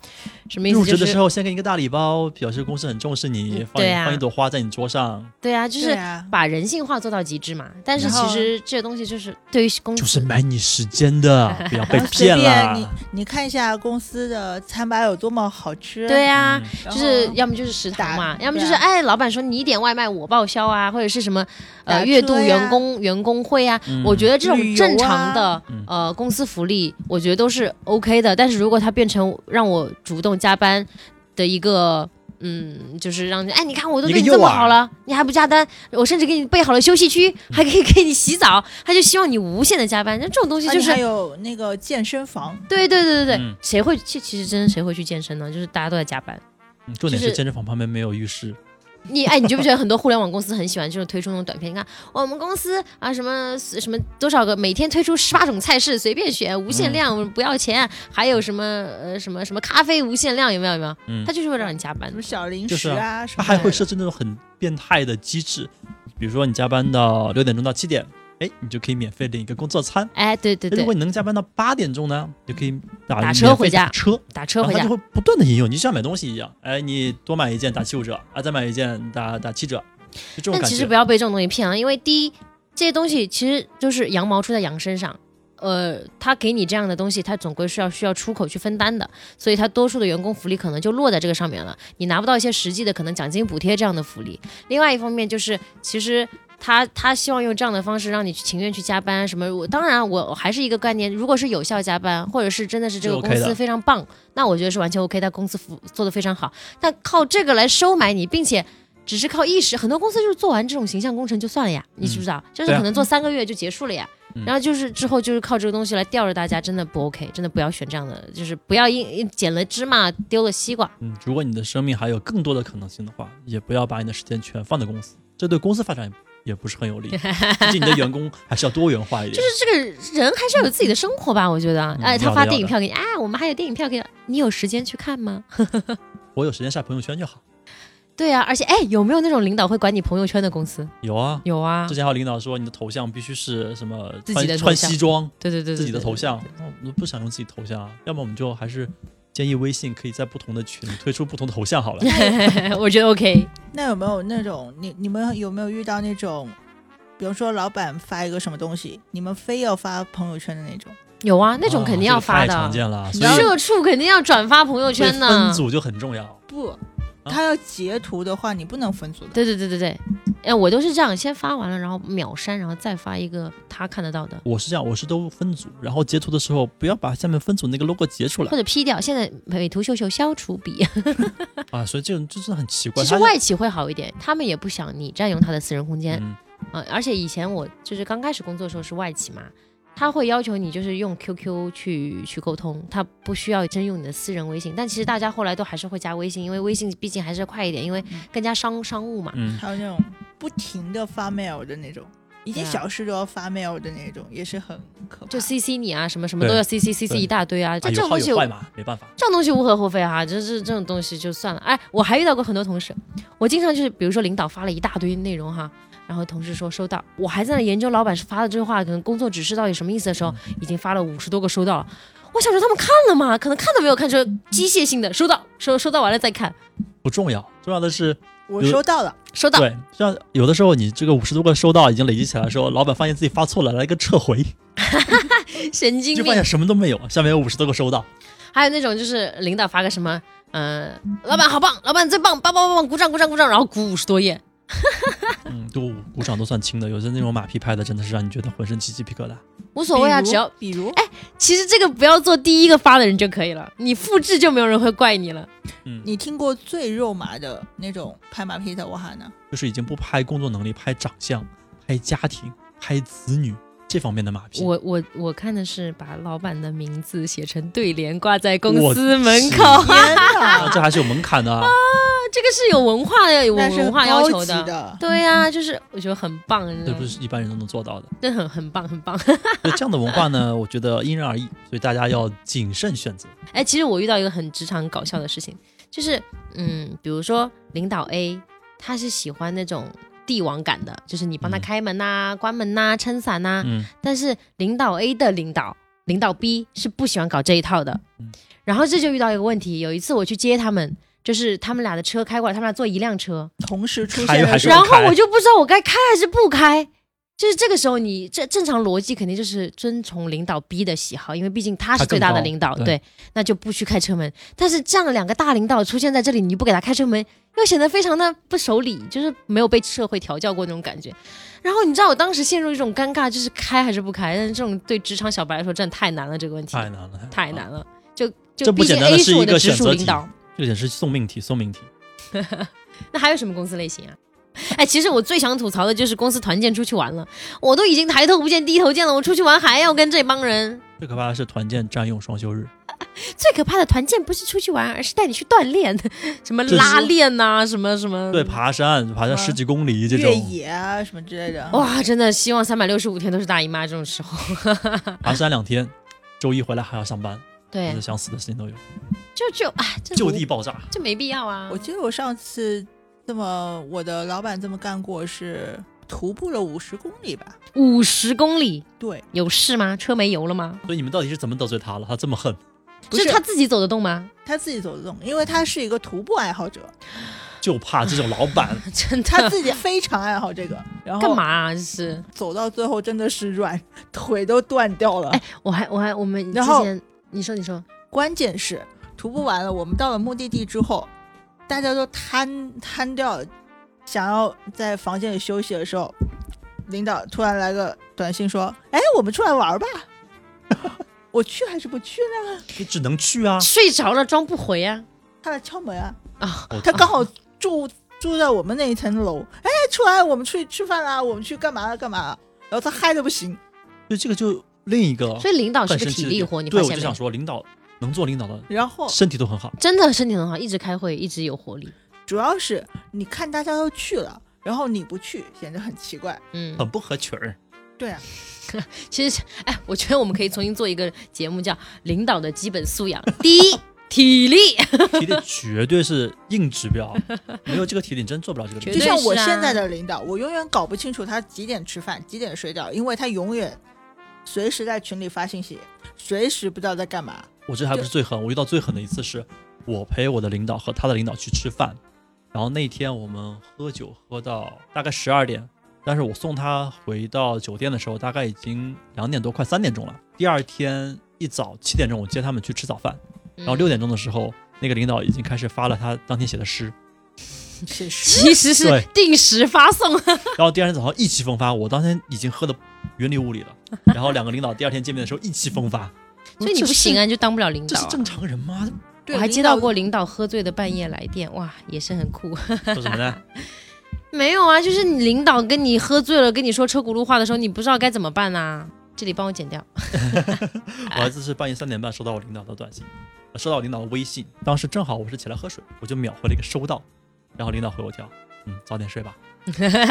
Speaker 2: 什么意
Speaker 1: 入
Speaker 2: 思？
Speaker 1: 职
Speaker 2: 就
Speaker 1: 的时
Speaker 2: 是
Speaker 1: 候先给你个大礼包，表示公司很重视你，
Speaker 2: 嗯
Speaker 1: 放一
Speaker 2: 对啊
Speaker 1: 放一朵花在你桌上，
Speaker 2: 对 啊，就
Speaker 3: 对
Speaker 2: 是
Speaker 3: 啊，
Speaker 2: 把人性化做到极致嘛。但是
Speaker 3: 然后
Speaker 2: 其实这些东西就是对于公司
Speaker 1: 就是买你时间的， 不要被
Speaker 3: 然后随
Speaker 1: 骗
Speaker 3: 便
Speaker 1: 了。
Speaker 3: 你你看一下公司的餐吧有多么好吃，
Speaker 2: 对啊，
Speaker 1: 嗯
Speaker 3: 然
Speaker 2: 就
Speaker 3: 后
Speaker 2: 是要么就是食堂嘛，
Speaker 3: 打
Speaker 2: 要么就是
Speaker 3: 对啊
Speaker 2: 哎，老板说你点外卖我报销啊，或者是什么
Speaker 3: 打
Speaker 2: 呃
Speaker 3: 车
Speaker 2: 月度
Speaker 3: 呀
Speaker 2: 员工员工会啊，
Speaker 1: 嗯
Speaker 2: 我觉得这
Speaker 3: 旅
Speaker 2: 种
Speaker 3: 游
Speaker 2: 正常的、
Speaker 3: 啊
Speaker 1: 嗯
Speaker 2: 呃公司福利，我觉得都是 OK 的。但是如果它变成让我主动加班的一个。嗯，就是让你哎，你看我都
Speaker 1: 一
Speaker 2: 对
Speaker 1: 个
Speaker 2: 你这
Speaker 1: 诱
Speaker 2: 么
Speaker 1: 饵
Speaker 2: 好了，你还不加班，我甚至给你备好了休息区，还可以给你洗澡，他就希望你无限的加班。那这种东西
Speaker 3: 啊
Speaker 2: 就
Speaker 3: 你
Speaker 2: 是
Speaker 3: 还有那个健身房，
Speaker 2: 对对对对对，
Speaker 1: 嗯
Speaker 2: 谁会去？其实真的谁会去健身呢？就是大家都在加班。
Speaker 1: 嗯重点
Speaker 2: 就是是
Speaker 1: 健身房旁边没有浴室，
Speaker 2: 你哎，你觉不觉得很多互联网公司很喜欢就是推出那种短片？你看我们公司啊，什么什么多少个，每天推出十八种菜式，随便选，无限量，
Speaker 1: 嗯
Speaker 2: 不要钱。还有什么呃什么什么咖啡无限量，有没有有没有？
Speaker 1: 嗯
Speaker 2: 他，就是会让你加班
Speaker 3: 什么。小零
Speaker 1: 就是
Speaker 3: 食啊什
Speaker 1: 它
Speaker 3: 么，
Speaker 1: 还会设置那种很变态的机制，比如说你加班到六点钟到七点，哎，你就可以免费领一个工作餐。
Speaker 2: 哎，对对
Speaker 1: 那如
Speaker 2: 对
Speaker 1: 果，你能加班到八点钟呢，就可以打
Speaker 2: 打
Speaker 1: 免
Speaker 2: 车
Speaker 1: 费
Speaker 2: 回家
Speaker 1: 打车，
Speaker 2: 打车
Speaker 1: 然后
Speaker 2: 回
Speaker 1: 它
Speaker 2: 家
Speaker 1: 就。会不断的引诱你，就像买东西一样，哎，你多买一件打七五折，啊，再买一件打打七折，就这种
Speaker 2: 但
Speaker 1: 感
Speaker 2: 其实
Speaker 1: 觉
Speaker 2: 不。要被这种东西骗啊，因为第一，这些东西其实就是羊毛出在羊身上。呃，他给你这样的东西，他总归是要需要出口去分担的，所以他多数的员工福利可能就落在这个上面了。你拿不到一些实际的可能奖金补贴这样的福利。另外一方面就是，其实他他希望用这样的方式让你去情愿去加班什么。我当然我我还是一个概念，如果是有效加班，或者是真的是这个
Speaker 1: 是
Speaker 2: 公
Speaker 1: OK 的
Speaker 2: 司非常棒，那我觉得是完全 OK，他公司服做的非常好。但靠这个来收买你，并且只是靠一时，很多公司就是做完这种形象工程就算了呀，你知不知道？就是
Speaker 1: 对啊
Speaker 2: 可能做三个月就结束了呀。
Speaker 1: 嗯
Speaker 2: 然后就是之后就是靠这个东西来吊着大家，真的不 OK，真的不要选这样的，就是不要因捡了芝麻丢了西瓜。
Speaker 1: 嗯，如果你的生命还有更多的可能性的话，也不要把你的时间全放在公司，这对公司发展也不是很有 利。毕竟你的员工还是要多元化一点。
Speaker 2: 就是这个人还是要有自己的生活吧，我觉得。哎，
Speaker 1: 嗯
Speaker 2: 他
Speaker 1: 要的
Speaker 2: 发
Speaker 1: 要
Speaker 2: 电影
Speaker 1: 的
Speaker 2: 票给你，啊，我们还有电影票给你，你有时间去看吗？
Speaker 1: 我有时间晒朋友圈就好。
Speaker 2: 对啊，而且哎，有没有那种领导会管你朋友圈的公司？
Speaker 1: 有啊，
Speaker 2: 有啊
Speaker 1: 之，前还有领导说你的头像必须是什么
Speaker 2: 自己
Speaker 1: 穿
Speaker 2: 的头
Speaker 1: 穿
Speaker 2: 像
Speaker 1: 西装，
Speaker 2: 对对对，对
Speaker 1: 自己的
Speaker 2: 对
Speaker 1: 头像，那我们不想用自己头像啊，要么我们就还是建议微信可以在不同的群推出不同的头像好了。
Speaker 2: 哎我觉得 OK。
Speaker 3: 那有没有那种你你们有没有遇到那种，比如说老板发一个什么东西，你们非要发朋友圈的那种？
Speaker 2: 有啊，那种
Speaker 1: 啊
Speaker 2: 肯定要
Speaker 1: 这
Speaker 2: 发
Speaker 1: 个
Speaker 2: 的。
Speaker 1: 太常见了，啊所
Speaker 3: 然后
Speaker 1: 以
Speaker 2: 社畜肯定要转发朋
Speaker 1: 所
Speaker 2: 友
Speaker 1: 以
Speaker 2: 圈
Speaker 1: 分
Speaker 2: 呢。
Speaker 1: 组就很重要。
Speaker 3: 不，他要截图的话，你不能分组的。
Speaker 2: 对对对对对，哎，我都是这样，先发完了，然后秒删，然后再发一个他看得到的，
Speaker 1: 我是这样，我是都分组，然后截图的时候不要把下面分组那个 logo 截 出来
Speaker 2: 或者 P 掉。现在美图秀秀消除 比，
Speaker 1: 啊，所以这种就是很奇怪。
Speaker 2: 其实
Speaker 1: 它就
Speaker 2: 外企会好一点，他们也不想你占用他的私人空间
Speaker 1: 嗯
Speaker 2: 啊、而且以前我就是刚开始工作的时候是外企嘛，他会要求你就是用 QQ 去去沟通，他不需要真用你的私人微信。但其实大家后来都还是会加微信，因为微信毕竟还是快一点，因为更加商商务嘛。
Speaker 1: 嗯，
Speaker 3: 还有那种不停的发 mail 的那种，一件
Speaker 2: 对啊
Speaker 3: 小事都要发 mail 的那种，也是很可怕。
Speaker 2: 就 CC 你啊，什么什么
Speaker 1: 对
Speaker 2: 都要 CC CC
Speaker 1: 对
Speaker 2: 一大堆啊，就
Speaker 1: 啊
Speaker 2: 这
Speaker 1: 有
Speaker 2: 种
Speaker 1: 好
Speaker 2: 东西
Speaker 1: 有坏嘛，没办法。
Speaker 2: 这种东西无可厚非哈、啊，就是这种东西就算了。哎，我还遇到过很多同事，我经常就是比如说领导发了一大堆内容哈，然后同事说收到，我还在那研究老板发的这句话跟工作指示到底什么意思的时候，
Speaker 1: 嗯
Speaker 2: 已经发了五十多个收到了。我想说他们看了吗？可能看都没有看，就机械性的收到，收收到完了再看，
Speaker 1: 不重要，重要的是
Speaker 3: 我
Speaker 1: 有
Speaker 3: 收到了，
Speaker 2: 收到。
Speaker 1: 对，像有的时候你这个五十多个收到已经累积起来的时候，老板发现自己发错了，来个撤回，
Speaker 2: 神经
Speaker 1: 就发
Speaker 2: 病
Speaker 1: 现。什么都没有，下面有五十多个收到，
Speaker 2: 还有那种就是领导发个什么，嗯、老板好棒，老板最棒，棒棒棒棒，鼓掌鼓掌鼓掌，然后鼓五十多页，
Speaker 1: 嗯，都鼓掌都算轻的，有些那种马屁拍的真的是让你觉得浑身起鸡皮疙瘩。
Speaker 2: 无所谓啊，
Speaker 3: 比如
Speaker 2: 只要
Speaker 3: 比如，
Speaker 2: 其实这个不要做第一个发的人就可以了，你复制就没有人会怪你了。
Speaker 1: 嗯，
Speaker 3: 你听过最肉麻的那种拍马屁的 我喊呢？
Speaker 1: 就是已经不拍工作能力，拍长相、拍家庭、拍子女这方面的马屁。
Speaker 2: 我我我看的是把老板的名字写成对联挂在公
Speaker 1: 我
Speaker 2: 司门
Speaker 1: 是
Speaker 2: 口， 啊，
Speaker 3: 天
Speaker 1: 啊，
Speaker 3: 哪，
Speaker 1: 这还是有门槛的啊。
Speaker 2: 这个是有文化的，有
Speaker 3: 那是
Speaker 2: 文化要
Speaker 3: 高
Speaker 2: 求
Speaker 3: 级
Speaker 2: 的。
Speaker 3: 的。
Speaker 2: 对呀、就是我觉得很棒，
Speaker 1: 这不是一般人都能做到的。
Speaker 2: 这很很棒很棒。
Speaker 1: 所以这样的文化呢，我觉得因人而异，所以大家要谨慎选择。
Speaker 2: 哎，其实我遇到一个很职场搞笑的事情，就是嗯，比如说领导 A。他是喜欢那种帝王感的，就是你帮他
Speaker 1: 嗯
Speaker 2: 开门呐、关门呐、撑伞呐、
Speaker 1: 嗯
Speaker 2: 但是领导 A 的领导，领导 B 是不喜欢搞这一套的
Speaker 1: 嗯。
Speaker 2: 然后这就遇到一个问题，有一次我去接他们，就是他们俩的车开过来，他们俩坐一辆车，
Speaker 3: 同时出
Speaker 1: 还
Speaker 3: 现
Speaker 1: 还
Speaker 3: 了
Speaker 1: 是
Speaker 3: 是
Speaker 1: 要
Speaker 2: 然后
Speaker 1: 开
Speaker 2: 我就不知道我该开还是不开。就是这个时候你，这正常逻辑肯定就是遵从领导 B 的喜好，因为毕竟他
Speaker 1: 他
Speaker 2: 是
Speaker 1: 更
Speaker 2: 最大的
Speaker 1: 高
Speaker 2: 领导，
Speaker 1: 对
Speaker 2: 那就不去开车门。但是这样两个大领导出现在这里，你不给他开车门，又显得非常的不守礼，就是没有被社会调教过那种感觉。然后你知道我当时陷入一种尴尬，就是开还是不开？但是这种对职场小白来说真的太难了，这个问题
Speaker 1: 太难了，
Speaker 2: 太难。了，就
Speaker 1: 哎这
Speaker 2: 就
Speaker 1: 不
Speaker 2: 毕竟
Speaker 1: 简单的
Speaker 2: A
Speaker 1: 是
Speaker 2: 是我
Speaker 1: 一
Speaker 2: 的
Speaker 1: 个
Speaker 2: 直
Speaker 1: 选
Speaker 2: 属
Speaker 1: 择
Speaker 2: 领
Speaker 1: 题
Speaker 2: 导，
Speaker 1: 这点是送命题，送命题。
Speaker 2: 那还有什么公司类型啊？ 哎，其实我最想吐槽的就是公司团建出去玩了，我都已经抬头不见低头见了，我出去玩还要跟这帮人。
Speaker 1: 最可怕的是团建占用双休日，
Speaker 2: 最可怕的团建不是出去玩，而是带你去锻炼， 什么
Speaker 1: 这是
Speaker 2: 拉练呐、什么什么。
Speaker 1: 对，爬山，爬山十几公里这
Speaker 3: 越
Speaker 1: 种，
Speaker 3: 野啊什么之类的。
Speaker 2: 哇，真的希望三百六十五天都是大姨妈这种时候。
Speaker 1: 爬山两天，周一回来还要上班，
Speaker 2: 对
Speaker 1: 就是，想死的事情都有，
Speaker 2: 就就哎，
Speaker 1: 嗯
Speaker 2: 这
Speaker 1: 就
Speaker 2: 没
Speaker 1: 地爆炸。
Speaker 2: 这没必要啊
Speaker 3: 我。记得我上次这么，我的老板这么干过是徒步了五十公里吧？
Speaker 2: 五十公里
Speaker 3: 对，
Speaker 2: 有事吗？车没油了吗？
Speaker 1: 所以你们到底是怎么得罪他了？他这么恨，
Speaker 3: 不是
Speaker 2: 他自己走得动吗？
Speaker 3: 他自己走得动，因为他是一个徒步爱好者，
Speaker 1: 就怕这种老 板
Speaker 2: 真
Speaker 3: 他
Speaker 2: 的。
Speaker 3: 自己非常爱好这个。然后
Speaker 2: 干嘛、啊？就是，
Speaker 3: 走到最后真的是软，腿都断掉了。
Speaker 2: 哎，我还我还我们之
Speaker 3: 然后
Speaker 2: 前，你说你说，
Speaker 3: 关键是徒步完了，我们到了目的地之后，大家都瘫瘫掉了，想要在房间里休息的时候，领导突然来个短信说：“哎，我们出来玩吧。” 我去还是不去呢？
Speaker 1: 你只能去啊。
Speaker 2: 睡着了装不回啊。
Speaker 3: 他来敲门啊，
Speaker 2: 啊、
Speaker 1: 哦
Speaker 3: 他刚好住住在我们那一层楼。哎，出来，我们出去吃饭啦，我们去干嘛了干嘛了？然后他嗨的不行，
Speaker 1: 对，这个就另一个
Speaker 2: 啊所以领导是
Speaker 1: 很
Speaker 2: 个
Speaker 1: 神奇
Speaker 2: 体
Speaker 1: 的
Speaker 2: 力
Speaker 1: 点
Speaker 2: 活，你
Speaker 1: 哦对，
Speaker 2: 发
Speaker 1: 我就
Speaker 2: 现没
Speaker 1: 想
Speaker 2: 有？哦
Speaker 1: 说，领导能做领导的，
Speaker 3: 然后
Speaker 1: 身体都很好。
Speaker 2: 真的身体很好，一直开会，一直有活力。
Speaker 3: 主要是你看大家都去了，然后你不去显得很奇怪。
Speaker 2: 嗯，
Speaker 1: 很不合群儿，
Speaker 3: 对啊，
Speaker 2: 其实，哎，我觉得我们可以重新做一个节目，叫《领导的基本素 养》。第一，体力，
Speaker 1: 体力绝对是硬指 标，没有这个体力，你真做不了这个
Speaker 2: 绝
Speaker 1: 东
Speaker 3: 就
Speaker 1: 西。
Speaker 2: 对
Speaker 3: 像我
Speaker 2: 是啊
Speaker 3: 现在的领导，我永远搞不清楚他几点吃饭，几点睡觉，因为他永远随时在群里发信息，随时不知道在 干嘛。
Speaker 1: 我这还不是最狠，我遇到最狠的一次是，我陪我的领导和他的领导去吃饭，然后那天我们喝酒喝到大概十二点，但是我送他回到酒店的时候，大概已经两点多，快三点钟了。第二天一早七点钟，我接他们去吃早饭，然
Speaker 2: 然
Speaker 1: 后六点钟的时候，那个领导已经开始发了他当天写的 诗，
Speaker 3: 其实
Speaker 2: 其实是
Speaker 1: 对嗯
Speaker 2: 定时发送。
Speaker 1: 然后第二天早上意气风发，我当天已经喝的云里雾里 了，然后两个领导第二天见面的时候意气风发，
Speaker 2: 所以你不行
Speaker 1: 啊，
Speaker 2: 啊，你就当不了领
Speaker 1: 这
Speaker 2: 导
Speaker 1: 是
Speaker 2: 啊、
Speaker 1: 正常人 吗？
Speaker 3: 对
Speaker 2: 我还接到过领导喝醉的半夜来电，哇，也是 很酷。
Speaker 1: 说什么呢？
Speaker 2: 没有啊，就是你领导跟你喝醉了，跟你说车轱辘话的时候，你不知道该怎么办啊。这里帮我剪掉。
Speaker 1: 我儿子是半夜三点半收到我领导的短信，呃收到我领导的微信，当时正好我是起来喝水，我就秒回了一个收到，然后领导回我一条，嗯，早点睡吧。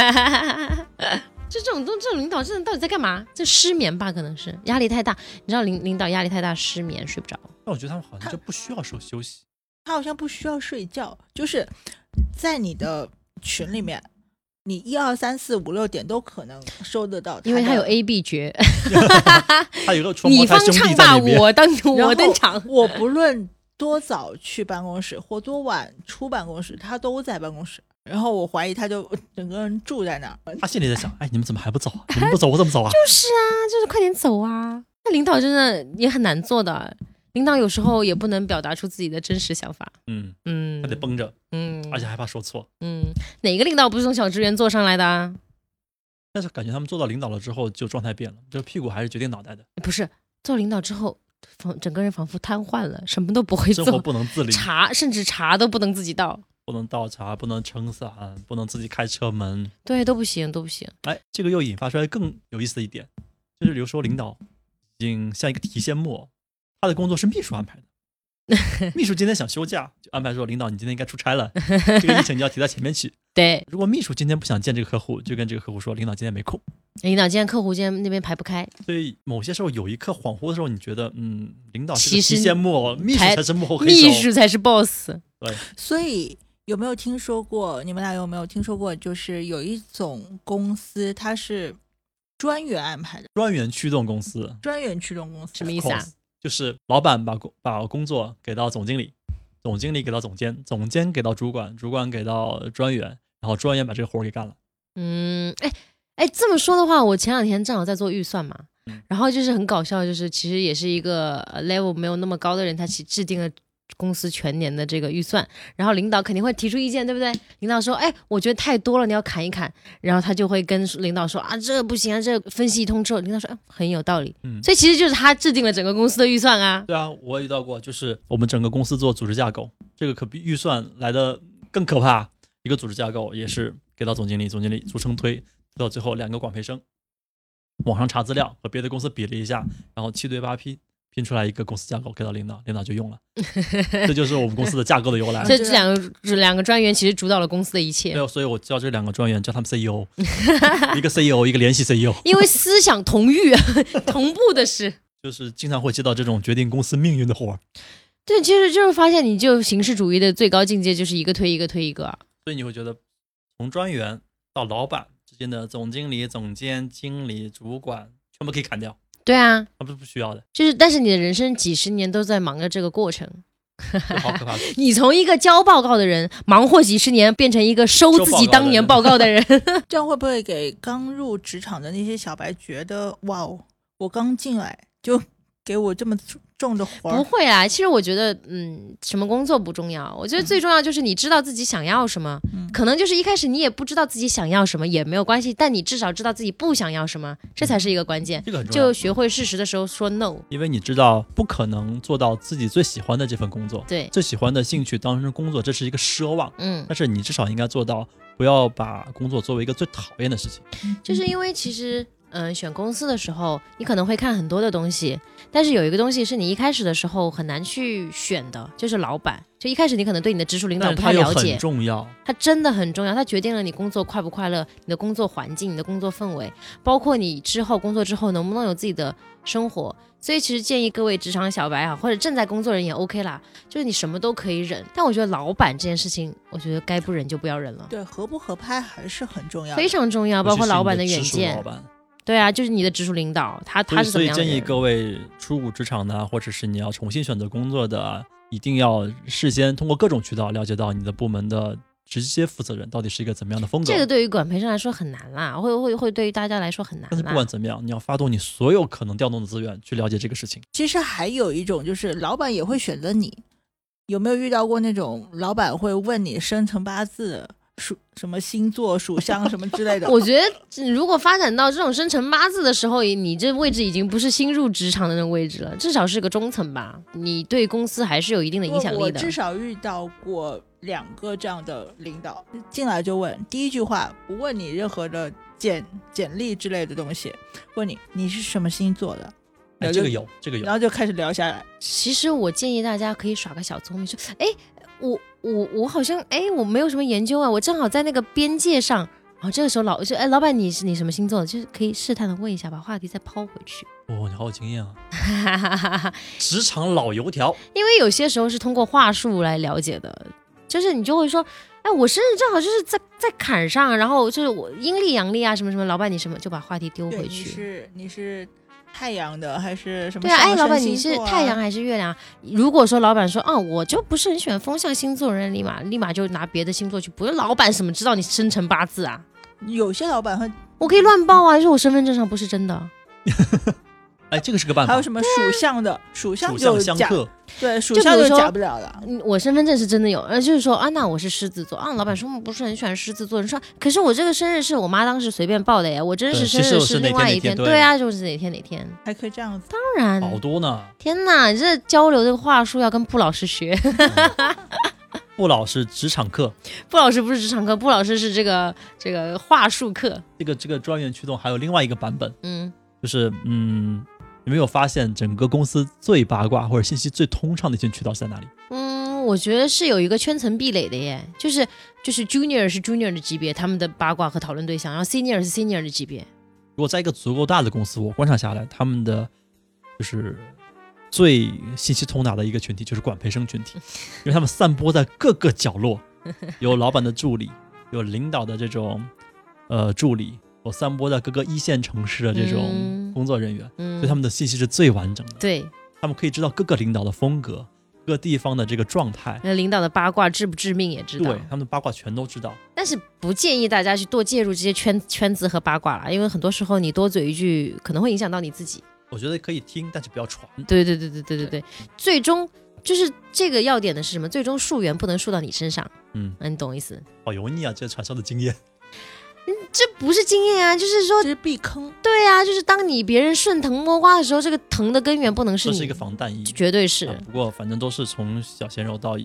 Speaker 2: 就这种东，这种领导真的到底在干嘛？这失眠吧，可能是压力太大。你知道领领导压力太大，失眠睡不着。
Speaker 1: 但我觉得他们好像就不需要说休息，
Speaker 3: 他好像不需要睡觉，就是在你的群里面，你一二三四五六点都可能收得到的，
Speaker 2: 因为他有 A B 绝，
Speaker 1: 他有一个双胞
Speaker 2: 你
Speaker 1: 胎
Speaker 2: 方
Speaker 1: 兄弟
Speaker 2: 唱
Speaker 1: 在
Speaker 2: 罢
Speaker 1: 那边，
Speaker 2: 我当我
Speaker 3: 然
Speaker 2: 登
Speaker 3: 后
Speaker 2: 场。
Speaker 3: 我不论多早去办公室或多晚出办公室，他都在办公室。然后我怀疑他就整个人住在那儿，
Speaker 1: 他心里在想，哎，你们怎么还不走啊？你们不走我怎么走啊？
Speaker 2: 就是啊，就是快点走啊。那领导真的也很难做的，领导有时候也不能表达出自己的真实想法。
Speaker 1: 嗯，
Speaker 2: 嗯
Speaker 1: 他得绷着，
Speaker 2: 嗯，
Speaker 1: 而且害怕说错。
Speaker 2: 嗯，哪个领导不是从小职员做上来的、啊？
Speaker 1: 但是感觉他们做到领导了之后，就状态变了，就是屁股还是决定脑袋的，
Speaker 2: 不是做领导之后，仿整个人仿佛瘫痪了，什么都不会
Speaker 1: 生活
Speaker 2: 做，
Speaker 1: 不能自理，
Speaker 2: 茶甚至茶都不能自己倒，
Speaker 1: 不能倒茶，不能撑伞，不能自己开车门。
Speaker 2: 对，都不行，都不行。
Speaker 1: 哎，这个又引发出来更有意思的一点，就是比如说领导已经像一个提线木，偶，他的工作是秘书安排的。 秘书今天想休假，就安排说领导你今天应该出差了，这个议程你要提到前面去。
Speaker 2: 对，
Speaker 1: 如果秘书今天不想见这个客户，就跟这个客户说领导今天没空。
Speaker 2: 领导今天客户今天那边排不开，
Speaker 1: 所以某些时候有一刻恍惚的时候，你觉得嗯，领导是
Speaker 2: 其
Speaker 1: 个
Speaker 2: 实
Speaker 1: 提线木偶，秘书
Speaker 2: 才
Speaker 1: 才是幕后黑
Speaker 2: 秘
Speaker 1: 手。
Speaker 2: 书才是 boss。
Speaker 3: 所以有没有听说过？你们俩有没有听说过？就是有一种公司，它是专员安排的，
Speaker 1: 专员驱动公司
Speaker 3: 专员驱动公司。
Speaker 2: 什么意思啊
Speaker 1: Course，就是老板把工把工作给到总经理，总经理给到总监，总监给到主管，主管给到专员，然后专员把这个活儿给干了。
Speaker 2: 嗯，哎哎，这么说的话，我前两天正好在做预算嘛
Speaker 1: 嗯，
Speaker 2: 然后就是很搞笑，就是其实也是一个呃 level 没有那么高的人，他其制定了。公司全年的这个预算，然后领导肯定会提出意见，对不对？领导说：“哎，我觉得太多了，你要砍一砍。”然后他就会跟领导说：“啊，这个不行啊，这个分析一通之后，领导说：‘哎，很有道理。’
Speaker 1: 嗯
Speaker 2: 所以其实就是他制定了整个公司的预算啊。
Speaker 1: 对啊，我也遇到过，就是我们整个公司做组织架构，这个可比预算来的更可怕。一个组织架构也是给到总经理，总经理逐层推，推到最后两个管培生，网上查资料和别的公司比了一下，然后七对八拼拼出来一个公司架构给到领导，领导就用了。这就是我们公司的架构的由来。
Speaker 2: 所以这两个这两个专员其实主导了公司的一切
Speaker 1: 没，有，所以我叫这两个专员叫他们 CEO，一 个 E CEO，一个联系 CEO，
Speaker 2: 因为思想同欲， 同步的是。
Speaker 1: 就是经常会接到这种决定公司命运的活儿，
Speaker 2: 对，其实就是发现，你就形式主义的最高境界就是一个推一个推一个啊。
Speaker 1: 所以你会觉得从专员到老板之间的总经理、总监、经理、主管全部可以砍掉，
Speaker 2: 对啊，
Speaker 1: 他们是不需要的，
Speaker 2: 就是但是你的人生几十年都在忙着这个过程，
Speaker 1: 这好 可怕。
Speaker 2: 你从一个交报告的人忙活几十年，变成一个收自己当年报告的人。
Speaker 3: 这样会不会给刚入职场的那些小白觉得，哇哦，我刚进来就 给我这么重的活
Speaker 2: 不
Speaker 3: 儿？
Speaker 2: 会啊，其实我觉得，嗯，什么工作不重要，我觉得最重要就是你知道自己想要什么。
Speaker 3: 嗯
Speaker 2: 可能就是一开始你也不知道自己想要什么也没有关系，但你至少知道自己不想要什么，这才是一个关键。
Speaker 1: 这个很重要，
Speaker 2: 就学会适时的时候说 no。
Speaker 1: 因为你知道不可能做到自己最喜欢的这份工作，
Speaker 2: 对，
Speaker 1: 最喜欢的兴趣当成工作，这是一个奢望，
Speaker 2: 嗯。
Speaker 1: 但是你至少应该做到不要把工作作为一个最讨厌的事情。
Speaker 2: 就是因为其实，嗯、选公司的时候，你可能会看很多的东西，但是有一个东西是你一开始的时候很难去选的，就是老板。就一开始你可能对你的直属领导
Speaker 1: 但
Speaker 2: 不
Speaker 1: 是它
Speaker 2: 太
Speaker 1: 又
Speaker 2: 了
Speaker 1: 很
Speaker 2: 解，
Speaker 1: 重要，
Speaker 2: 他真的很重要，他决定了你工作快不快乐，你的工作环境、你的工作氛围，包括你之后工作之后能不能有自己的生活。所以其实建议各位职场小白啊，或者正在工作人也 OK 啦，就是你什么都可以忍，但我觉得老板这件事情，我觉得该不忍就不要忍了，
Speaker 3: 对，合不合拍还是很重要的。
Speaker 2: 非常重要，包
Speaker 1: 啊尤其
Speaker 2: 括
Speaker 1: 是你
Speaker 2: 老板
Speaker 1: 的
Speaker 2: 远
Speaker 1: 直属
Speaker 2: 见
Speaker 1: 老。板
Speaker 2: 对啊，就是你的直属领导，他
Speaker 1: 所
Speaker 2: 他
Speaker 1: 以，
Speaker 2: 是怎
Speaker 1: 所
Speaker 2: 么
Speaker 1: 以
Speaker 2: 样的
Speaker 1: 建议
Speaker 2: 人？
Speaker 1: 各位初入职场呢，或者是你要重新选择工作的啊，一定要事先通过各种渠道了解到你的部门的直接负责人到底是一个怎么样的风格。
Speaker 2: 这个对于管培生来说很难啦，会会会对于大家来说很难
Speaker 1: 但是不
Speaker 2: 啦
Speaker 1: 管。怎么样，你要发动你所有可能调动的资源去了解这个事情。
Speaker 3: 其实还有一种就是，老板也会选择你。有没有遇到过那种老板会问你生辰八字、属什么星座、属相什么之类的？
Speaker 2: 我觉得如果发展到这种生辰八字的时候，你这位置已经不是新入职场的那种位置了，至少是个中层吧。你对公司还是有一定的影响
Speaker 3: 我
Speaker 2: 力的
Speaker 3: 至。少遇到过两个这样的领导，进来就问第一句话，不问你任何的简简历之类的东西，问你你是什么星座的，
Speaker 1: 哎，
Speaker 3: 了解
Speaker 1: 这个有，这个有
Speaker 3: 然。后就开始聊下来。
Speaker 2: 其实我建议大家可以耍个小聪明，说，哎，我我我好像哎，我没有什么研究啊，我正好在那个边界上。然后这个时候老就哎，老板你是你什么星座的？就是可以试探的问一下，把话题再抛回去。
Speaker 1: 哦，你好有经验啊！职场老油条，
Speaker 2: 因为有些时候是通过话术来了解的，就是你就会说，哎，我生日正好就是在在坎上，然后就是我阴历阳历啊什么什么，老板你什么就把话题丢
Speaker 3: 对，
Speaker 2: 回
Speaker 3: 你
Speaker 2: 去。
Speaker 3: 是你是太阳的还是什么
Speaker 2: 对
Speaker 3: 上
Speaker 2: 啊，
Speaker 3: 升星座啊？
Speaker 2: 哎，老板，你是太阳还是月亮啊？如果说老板说，哦，我就不是很喜欢风象星座人，立马立马就拿别的星座去，不是老板怎么知道你生辰八字啊？
Speaker 3: 有些老板会
Speaker 2: 我可以乱报啊，就是我身份证上不是真的。
Speaker 1: 哎，这个是个办
Speaker 2: 嗯
Speaker 3: 还有
Speaker 1: 法。
Speaker 3: 什么
Speaker 2: 啊
Speaker 3: 属相的，属相
Speaker 1: 属
Speaker 3: 就
Speaker 1: 相相
Speaker 3: 假，
Speaker 1: 克，
Speaker 3: 对，属
Speaker 2: 就比
Speaker 3: 相
Speaker 2: 如
Speaker 3: 就
Speaker 2: 说
Speaker 3: 假不了了。
Speaker 2: 嗯我身份证是真的有，呃，就是说啊，那我是狮子座啊。老板说嗯不是很喜欢狮子座，你说可是我这个生日是我妈当时随便报的耶，我真实
Speaker 1: 对
Speaker 2: 生
Speaker 1: 其实
Speaker 2: 日
Speaker 1: 我是哪
Speaker 2: 另
Speaker 1: 天
Speaker 2: 外
Speaker 1: 哪
Speaker 2: 一
Speaker 1: 天对
Speaker 2: 对啊，就是哪天哪天。
Speaker 3: 还可以这样子，
Speaker 2: 当然，
Speaker 1: 好多呢。
Speaker 2: 天哪，你这交流这个话术要跟布老师学，
Speaker 1: 不老是职场课，
Speaker 2: 布老师不是职场课，布老师是这个这个话术课，
Speaker 1: 这个这个专员驱动还有另外一个版本，
Speaker 2: 嗯。
Speaker 1: 就是嗯，有没有发现整个公司最八卦或者信息最通畅的一些渠道是在哪里？
Speaker 2: 嗯，我觉得是有一个圈层壁垒的耶，就是就是 junior 是 junior 的级别，他们的八卦和讨论对象，然后 senior 是 senior 的级别，
Speaker 1: 如果在一个足够大的公司，我观察下来，他们的就是最信息通达的一个群体就是管培生群体，因为他们散播在各个角落，有老板的助理，有领导的这种呃助理，我散播在各个一线城市的这种
Speaker 2: 嗯
Speaker 1: 工作人员，
Speaker 2: 嗯，
Speaker 1: 所以他们的信息是最完整的，
Speaker 2: 对
Speaker 1: 他们可以知道各个领导的风格，各地方的这个状态，
Speaker 2: 那领导的八卦致不致命也知
Speaker 1: 对
Speaker 2: 道，
Speaker 1: 他们的八卦全都知道。
Speaker 2: 但是不建议大家去多介入这些圈圈子和八卦啦，因为很多时候你多嘴一句，可能会影响到你自己。
Speaker 1: 我觉得可以听，但是不要传。
Speaker 2: 对对对对对对对，最终就是这个要点的是什么？最终溯源不能溯到你身上，
Speaker 1: 嗯，
Speaker 2: 嗯，你懂我意思？
Speaker 1: 好油腻啊，这传销的经验。
Speaker 2: 这不是经验啊，就是说，
Speaker 3: 这是避坑。
Speaker 2: 对啊，就是当你别人顺藤摸瓜的时候，这个藤的根源不能是嗯
Speaker 1: 这
Speaker 2: 你，
Speaker 1: 是一个防弹衣，
Speaker 2: 绝对是。
Speaker 1: 啊不过反正都是从小鲜肉到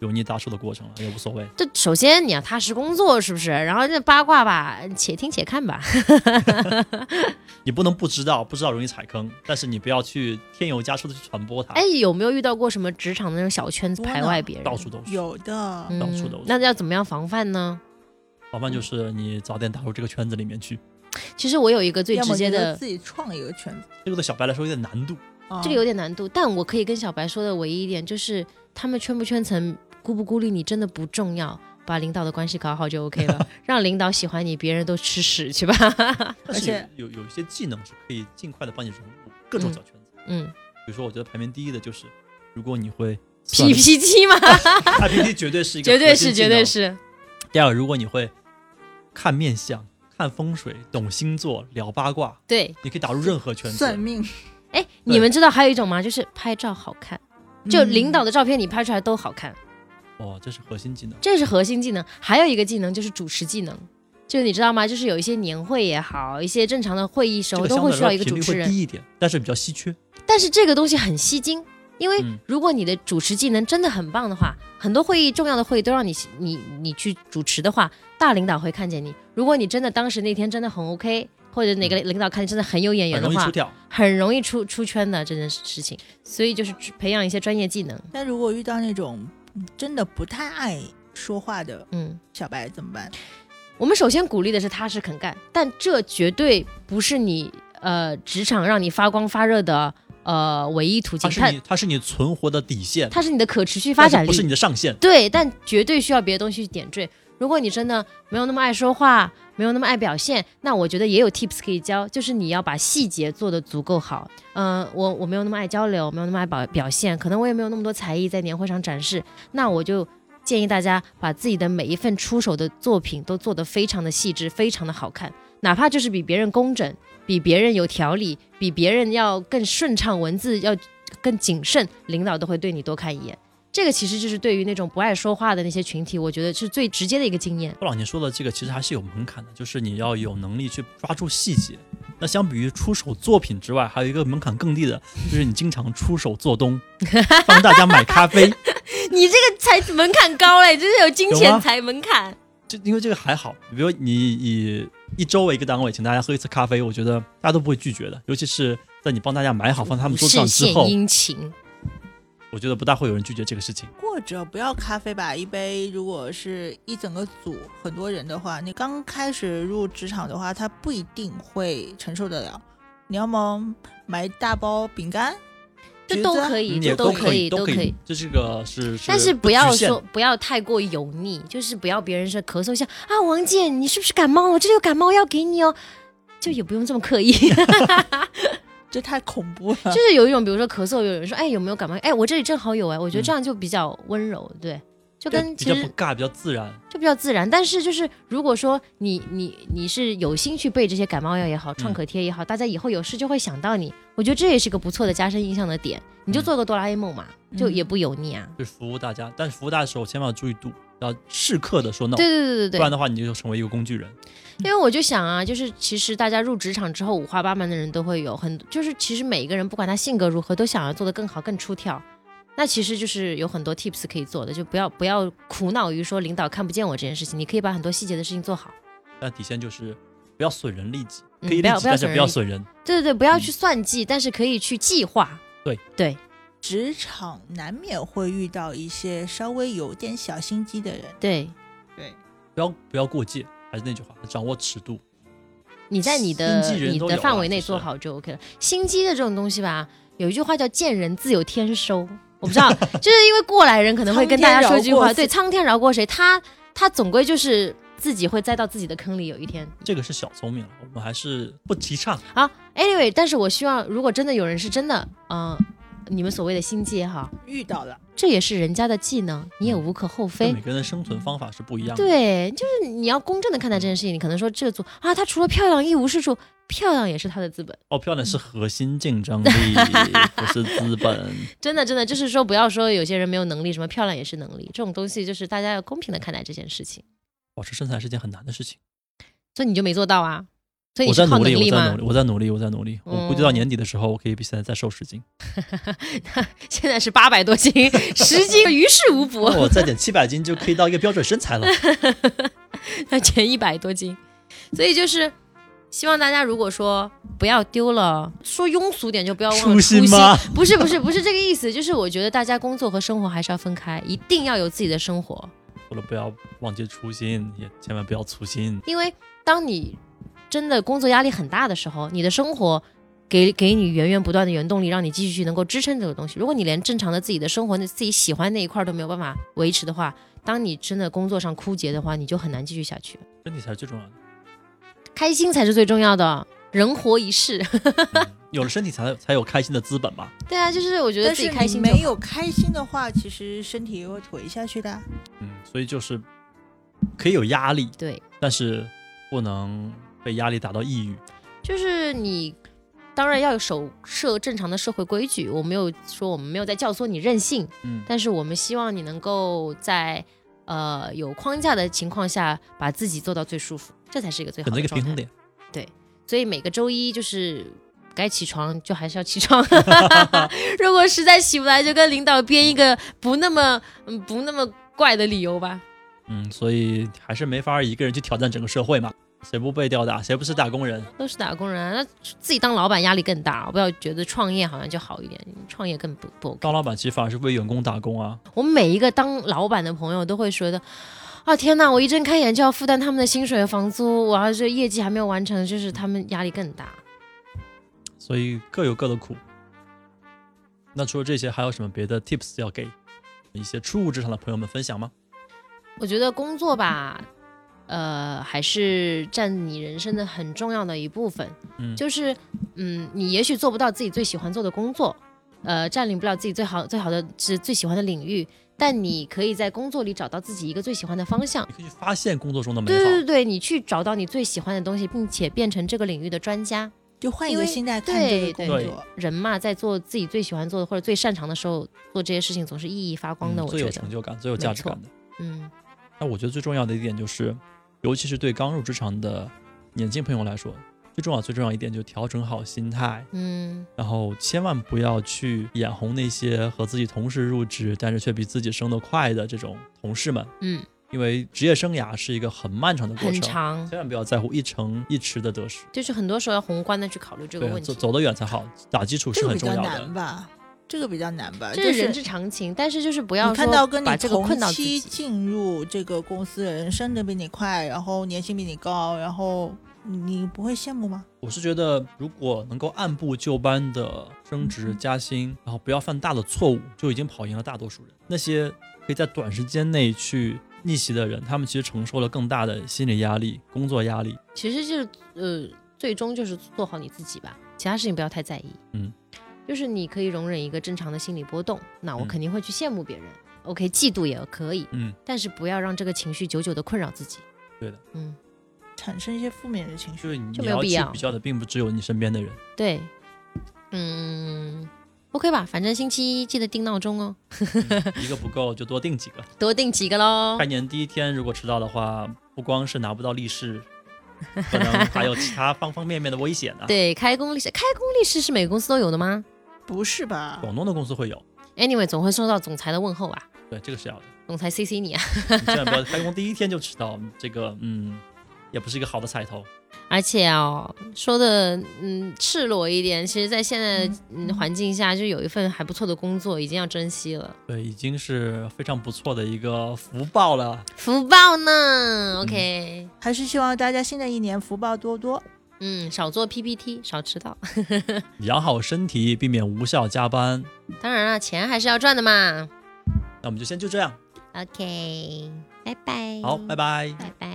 Speaker 1: 油腻大叔的过程了，也无所谓。
Speaker 2: 这首先你要踏实工作，是不是？然后这八卦吧，且听且看吧。
Speaker 1: 你不能不知道，不知道容易踩坑，但是你不要去添油加醋的去传播它。
Speaker 2: 哎，，有没有遇到过什么职场的那种小圈子
Speaker 3: 多呢
Speaker 2: 排外别人？
Speaker 1: 到处都是。
Speaker 3: 有的，
Speaker 1: 啊
Speaker 2: 嗯
Speaker 1: 到处都是
Speaker 2: 那要怎么样防范呢？
Speaker 1: 麻烦就是你早点打入这个圈子里面去。
Speaker 2: 其实我有一个最
Speaker 3: 要么
Speaker 2: 直接
Speaker 3: 你就
Speaker 2: 的，
Speaker 3: 自己创一个圈子。
Speaker 1: 这个对小白来说有点难度，
Speaker 3: 啊
Speaker 2: 这个有点难度，但我可以跟小白说的唯一一点就是，他们圈不圈层、孤不孤立你真的不重要，把领导的关系搞好就 OK 了，让领导喜欢你，别人都吃屎去吧。
Speaker 1: 但是
Speaker 3: 而且
Speaker 1: 有有有一些技能是可以尽快的帮你融入各种
Speaker 2: 嗯
Speaker 1: 小圈子。
Speaker 2: 嗯
Speaker 1: 比如说，我觉得排名第一的就是，如果你会算
Speaker 2: ，P P T 嘛，
Speaker 1: PPT 绝对是一个
Speaker 2: 绝对
Speaker 1: 核心
Speaker 2: 是，
Speaker 1: 技
Speaker 2: 绝对
Speaker 1: 能
Speaker 2: 是，
Speaker 1: 第二，如果你会看面相、看风水、懂星座、聊八卦，
Speaker 2: 对。
Speaker 1: 你可以打入任何圈
Speaker 3: 嗯算
Speaker 1: 子。
Speaker 3: 命，
Speaker 2: 哎，你们知道还有一种吗？就是拍照好看，就领
Speaker 3: 嗯
Speaker 2: 导的照片你拍出来都好看，
Speaker 1: 哦，这是核心技能。
Speaker 2: 这是核心技能。还有一个技能就是主持技能。就是你知道吗？就是有一些年会也好，一些正常的会议时
Speaker 1: 这
Speaker 2: 候
Speaker 1: 个
Speaker 2: 都
Speaker 1: 相
Speaker 2: 会
Speaker 1: 对
Speaker 2: 需要
Speaker 1: 来
Speaker 2: 一个
Speaker 1: 说频
Speaker 2: 主
Speaker 1: 率
Speaker 2: 持
Speaker 1: 会
Speaker 2: 人，
Speaker 1: 低一点，但是比较稀缺。
Speaker 2: 但是这个东西很吸睛，因为
Speaker 1: 嗯
Speaker 2: 如果你的主持技能真的很棒的话，很多会议重要的会议都让你你你去主持的话，大领导会看见你。如果你真的当时那天真的很 OK，或者哪个领导看你真的很有眼
Speaker 1: 嗯很
Speaker 2: 缘的
Speaker 1: 容易
Speaker 2: 话
Speaker 1: 出，挑。
Speaker 2: 很容易出出圈的这件事情。所以就是培养一些专业技能，
Speaker 3: 那如果遇到那种嗯真的不太爱说话的
Speaker 2: 嗯。
Speaker 3: 小白怎么办？
Speaker 2: 我们首先鼓励的是踏实肯干，但这绝对不是你呃职场让你发光发热的呃唯一途
Speaker 1: 它
Speaker 2: 径，
Speaker 1: 是
Speaker 2: 它
Speaker 1: 你，它是你存活的底线，
Speaker 2: 它是你的可持续发展
Speaker 1: 但是
Speaker 2: 力，
Speaker 1: 不是你的上限。
Speaker 2: 对，但绝对需要别的东西去点缀。如果你真的没有那么爱说话，没有那么爱表现，那我觉得也有 tips 可以教，就是你要把细节做得足够好。嗯、我我没有那么爱交流，没有那么爱表表现，可能我也没有那么多才艺在年会上展示，那我就。建议大家把自己的每一份出手的作品都做得非常的细致，非常的好看，哪怕就是比别人工整，比别人有条理，比别人要更顺畅，文字要更谨慎，领导都会对你多看一眼。这个其实就是对于那种不爱说话的那些群体，我觉得是最直接的一个经验。
Speaker 1: 布朗，你说的这个其实还是有门槛的，就是你要有能力去抓住细节。那相比于出手作品之外，还有一个门槛更低的，就是你经常出手做 东，帮大家买咖啡。
Speaker 2: 你这个才门槛高嘞，真是有金
Speaker 1: 有
Speaker 2: 钱
Speaker 1: 吗
Speaker 2: 才门槛。
Speaker 1: 就因为这个还好，比如你以一周为一个单位，请大家喝一次咖啡，我觉得大家都不会拒绝的。尤其是在你帮大家买好 放在他们桌子上
Speaker 2: 是
Speaker 1: 之
Speaker 2: 献
Speaker 1: 后，
Speaker 2: 殷勤，
Speaker 1: 我觉得不大会有人拒绝这个事情。
Speaker 3: 或者不要咖啡吧，一杯如果是一整个组很多人的话，你刚开始入职场的话，他不一定会承受得了。你要么买一大包饼干，
Speaker 2: 这
Speaker 3: 橘
Speaker 2: 都
Speaker 3: 子
Speaker 2: 可以，
Speaker 1: 嗯
Speaker 2: 这
Speaker 1: 也
Speaker 2: 都
Speaker 1: 可
Speaker 2: 以，
Speaker 1: 都
Speaker 2: 都以。，
Speaker 1: 这是个是，
Speaker 2: 但是不要
Speaker 1: 局限
Speaker 2: 说不要太过油腻，就是不要别人是咳嗽一下啊，王姐你是不是感冒了？这里有感冒药给你哦，就也不用这么刻意。
Speaker 3: 这太恐怖了。
Speaker 2: 就是 有一种，比如说咳嗽，有人说哎有没有感冒？哎我这里正好有哎，我觉得
Speaker 1: 嗯
Speaker 2: 这样就比较温柔，对，就
Speaker 1: 对
Speaker 2: 跟
Speaker 1: 比
Speaker 2: 其
Speaker 1: 较
Speaker 2: 实
Speaker 1: 不尬，比较自然。
Speaker 2: 就比较自然。但是就是如果说你你你是有心去备这些感冒药也好，
Speaker 1: 嗯
Speaker 2: 创可贴也好，大家以后有事就会想到你。我觉得这也是个不错的加深印象的点。你就做个哆啦 A 梦嘛，
Speaker 3: 嗯
Speaker 2: 就也不油腻啊。
Speaker 1: 就是服务大家，但是服务大家的时候千万要注意度，要适刻的说 no，
Speaker 2: 对对对
Speaker 1: 不
Speaker 2: 对
Speaker 1: 然
Speaker 2: 对，
Speaker 1: 的话你就成为一个工具人。
Speaker 2: 因为我就想啊，就是其实大家入职场之后，五花八门的人都会有很，就是其实每一个人不管他性格如何，都想要做得更好、更出挑。那其实就是有很多 tips 可以做的，就不要不要苦恼于说领导看不见我这件事情，你可以把很多细节的事情做好。
Speaker 1: 但底线就是不要损人利己，
Speaker 2: 嗯
Speaker 1: 可以
Speaker 2: 不
Speaker 1: 利
Speaker 2: 要
Speaker 1: 己，
Speaker 2: 不要
Speaker 1: 但是
Speaker 2: 损
Speaker 1: 不要
Speaker 2: 人利
Speaker 1: 损人。
Speaker 2: 对对对，不要
Speaker 1: 嗯
Speaker 2: 去算计，但是可以去计划。
Speaker 1: 对
Speaker 2: 对，
Speaker 3: 职场难免会遇到一些稍微有点小心机的人，
Speaker 2: 对，
Speaker 3: 对，
Speaker 1: 不要不要过界，还是那句话，掌握尺度。
Speaker 2: 你在你的
Speaker 1: 心机人
Speaker 2: 你
Speaker 1: 都有
Speaker 2: 的范
Speaker 1: 啊
Speaker 2: 围内
Speaker 1: 其实
Speaker 2: 做好就 OK 了。心机的这种东西吧，有一句话叫“见人自有天收”，我不知道， 就是因为过来人可能会跟大家说一句话，
Speaker 3: 苍天饶过谁
Speaker 2: 对，苍天饶过谁？他他总归就是自己会栽到自己的坑里，有一天。
Speaker 1: 这个是小聪明了，我们还是不提倡。
Speaker 2: 好，anyway，但是我希望，如果真的有人是真的，嗯、你们所谓的心机也好，
Speaker 3: 遇到了，
Speaker 2: 这也是人家的技能，你也无可厚非
Speaker 1: 每。个人的生存方法是不一样的。
Speaker 2: 对，就是你要公正的看待这件事情。你可能说这组啊，她除了漂亮一无是处，漂亮也是她的资本。
Speaker 1: 哦，漂
Speaker 2: 嗯
Speaker 1: 亮是核心竞争力，不是资本。
Speaker 2: 真的，真的，就是说不要说有些人没有能力，什么漂亮也是能力，这种东西就是大家要公平的看待这件事情。
Speaker 1: 保持身材是件很难的事情。
Speaker 2: 所以你就没做到啊？所以
Speaker 1: 我
Speaker 2: 你
Speaker 1: 在
Speaker 2: 是靠
Speaker 1: 努
Speaker 2: 能
Speaker 1: 力，我在
Speaker 2: 吗
Speaker 1: 努？力，我在努力，我在努力。我估计到
Speaker 2: 嗯
Speaker 1: 年底的时候，我可以比现在再瘦十斤。
Speaker 2: 现在是八百多斤， 十斤于事无补。
Speaker 1: 那我哦再减七百斤就可以到一个标准身材了。
Speaker 2: 要减一百多斤，所以就是希望大家如果说不要丢了，说庸俗点就不要忘了
Speaker 1: 初
Speaker 2: 心
Speaker 1: 心吗？
Speaker 2: 不是不是不是这个意思，就是我觉得大家工作和生活还是要分开，一定要有自己的生活，
Speaker 1: 除了不要忘记初心，也千万不要粗心。
Speaker 2: 因为当你真的工作压力很大的时候，你的生活。给给你源源不断的原动力，让你继续去能够支撑这个东西。如果你连正常的自己的生活、那自己喜欢那一块儿都没有办法维持的话，当你真的工作上枯竭的话，你就很难继续下去。
Speaker 1: 身体才是最重要的。
Speaker 2: 开心才是最重要的，人活一世。
Speaker 1: 嗯有了身体才有才有开心的资本嘛。
Speaker 2: 对啊，就是我觉得
Speaker 3: 但
Speaker 2: 自
Speaker 3: 是
Speaker 2: 己开
Speaker 3: 你
Speaker 2: 心就
Speaker 3: 没
Speaker 2: 好。
Speaker 3: 有开心的话，其实身体也会颓下去的。啊
Speaker 1: 嗯，所以就是可以有压力，
Speaker 2: 对，
Speaker 1: 但是不能被压力打到抑郁。
Speaker 2: 就是你当然要有守社正常的社会规矩，我没有说我们没有在教唆你任性，
Speaker 1: 嗯，
Speaker 2: 但是我们希望你能够在呃有框架的情况下，把自己做到最舒服，这才是一个最好
Speaker 1: 选择一个
Speaker 2: 的状
Speaker 1: 平衡
Speaker 2: 态。
Speaker 1: 点。
Speaker 2: 所以每个周一就是。该起床就还是要起床， 如果实在起不来，就跟领导编一个不那么嗯不那么怪的理由吧。
Speaker 1: 嗯，所以还是没法一个人去挑战整个社会嘛。谁不被吊打？谁不是打工人？
Speaker 2: 都是打工人啊，那自己当老板压力更大。我不要觉得创业好像就好一点，创业更不不 OK。
Speaker 1: 当老板其实反而是为员工打工啊。
Speaker 2: 我每一个当老板的朋友都会说的，啊天哪，我一睁开眼就要负担他们的薪水和房租，我要是业绩还没有完成，就是他们压力更大。
Speaker 1: 所以各有各的苦。那除了这些，还有什么别的 tips 要给一些初入职场的朋友们分享吗？
Speaker 2: 我觉得工作吧，呃，还是占你人生的很重要的一部分。
Speaker 1: 嗯
Speaker 2: 就是嗯，你也许做不到自己最喜欢做的工作，呃，占领不了自己最好最好的是最喜欢的领域，但你可以在工作里找到自己一个最喜欢的方向。
Speaker 1: 你可以去发现工作中的美
Speaker 2: 对
Speaker 1: 好。
Speaker 2: 对对，你去找到你最喜欢的东西，并且变成这个领域的专家。
Speaker 3: 就换一
Speaker 2: 因
Speaker 3: 个
Speaker 2: 为
Speaker 3: 心态看这个
Speaker 2: 对
Speaker 3: 工
Speaker 1: 对
Speaker 3: 作，
Speaker 2: 人嘛，在做自己最喜欢做的或者最擅长的时候，做这些事情总是熠熠发光
Speaker 1: 嗯
Speaker 2: 的。我
Speaker 1: 最
Speaker 2: 觉
Speaker 1: 有
Speaker 2: 得
Speaker 1: 成，就感、最有价值感的。
Speaker 2: 嗯，
Speaker 1: 那我觉得最重要的一点就是，尤其是对刚入职场的年轻朋友来说，最重要、最重要一点就是调整好心态，
Speaker 2: 嗯，
Speaker 1: 然后千万不要去眼红那些和自己同时入职，但是却比自己升得快的这种同事们，
Speaker 2: 嗯，
Speaker 1: 因为职业生涯是一个很漫长的过
Speaker 2: 很
Speaker 1: 程，
Speaker 2: 长，
Speaker 1: 千万不要在乎一成一池的得失。
Speaker 2: 就是很多时候要宏观的去考虑这个
Speaker 1: 对，啊
Speaker 2: 问
Speaker 1: 走
Speaker 2: 题。
Speaker 1: 走得远才好，打基础
Speaker 3: 这
Speaker 1: 是
Speaker 3: 个
Speaker 1: 很
Speaker 3: 比
Speaker 1: 重要
Speaker 3: 较难
Speaker 1: 的。
Speaker 3: 吧？这个比较难吧？
Speaker 2: 这
Speaker 3: 呃就是
Speaker 2: 人之常情，但是就是不要
Speaker 3: 你看
Speaker 2: 说
Speaker 3: 到跟
Speaker 2: 把
Speaker 3: 你
Speaker 2: 这个困到
Speaker 3: 同
Speaker 2: 自
Speaker 3: 期
Speaker 2: 己。
Speaker 3: 进入这个公司的人升得比你快，然后年薪比你高，然后你不会羡慕吗？
Speaker 1: 我是觉得，如果能够按部就班的升职加薪，然后不要犯大的错误，就已经跑赢了大多数人。那些可以在短时间内去逆袭的人，他们其实承受了更大的心理压力、工作压力。
Speaker 2: 其实就是呃，最终就是做好你自己吧，其他事情不要太在意。
Speaker 1: 嗯，
Speaker 2: 就是你可以容忍一个正常的心理波动，那我
Speaker 1: 嗯
Speaker 2: 肯定会去羡慕别人、o k 嫉妒也可以，
Speaker 1: 嗯，
Speaker 2: 但是不要让这个情绪久久的困扰自己。
Speaker 1: 对的，
Speaker 2: 嗯，
Speaker 3: 产生一些负面的情绪，
Speaker 1: 就是你
Speaker 2: 就
Speaker 1: 你
Speaker 2: 没有
Speaker 1: 要
Speaker 2: 必
Speaker 1: 去
Speaker 2: 要
Speaker 1: 比较的，并不只有你身边的 人。
Speaker 2: 对，嗯，OK 吧，反正星期一记得定闹钟哦，
Speaker 1: 一个不够就多定几个。
Speaker 2: 多定几个 喽
Speaker 1: 开。年第一天如果迟到的话，不光是拿不到利是，可能还有其他方方面面的危险呢、
Speaker 2: 对，开工历史，开工历史是每个公司都有的吗
Speaker 3: 不是吧？
Speaker 1: 广东的公司会有，
Speaker 2: ？Anyway，总会收到总裁的问候吧？
Speaker 1: 对，这个是要 的。
Speaker 2: 总裁 CC 你啊。
Speaker 1: 你千万不要开工第一天就迟到，这个嗯，也不是一个好的彩头。
Speaker 2: 而且哦，说的嗯赤裸一点，其实，在现在的嗯环境下，就有一份还不错的工作，已经要珍惜了，
Speaker 1: 对，已经是非常不错的一个福报了。
Speaker 2: 福报呢。OK，
Speaker 3: 还是希望大家新的一年福报多多。
Speaker 2: 嗯，少做 PPT，少迟到。
Speaker 1: 养好身体，避免无效加班。
Speaker 2: 当然了，钱还是要赚的嘛。
Speaker 1: 那我们就先就这样，
Speaker 2: OK，拜拜。哎
Speaker 1: 好，拜拜。
Speaker 2: 拜拜。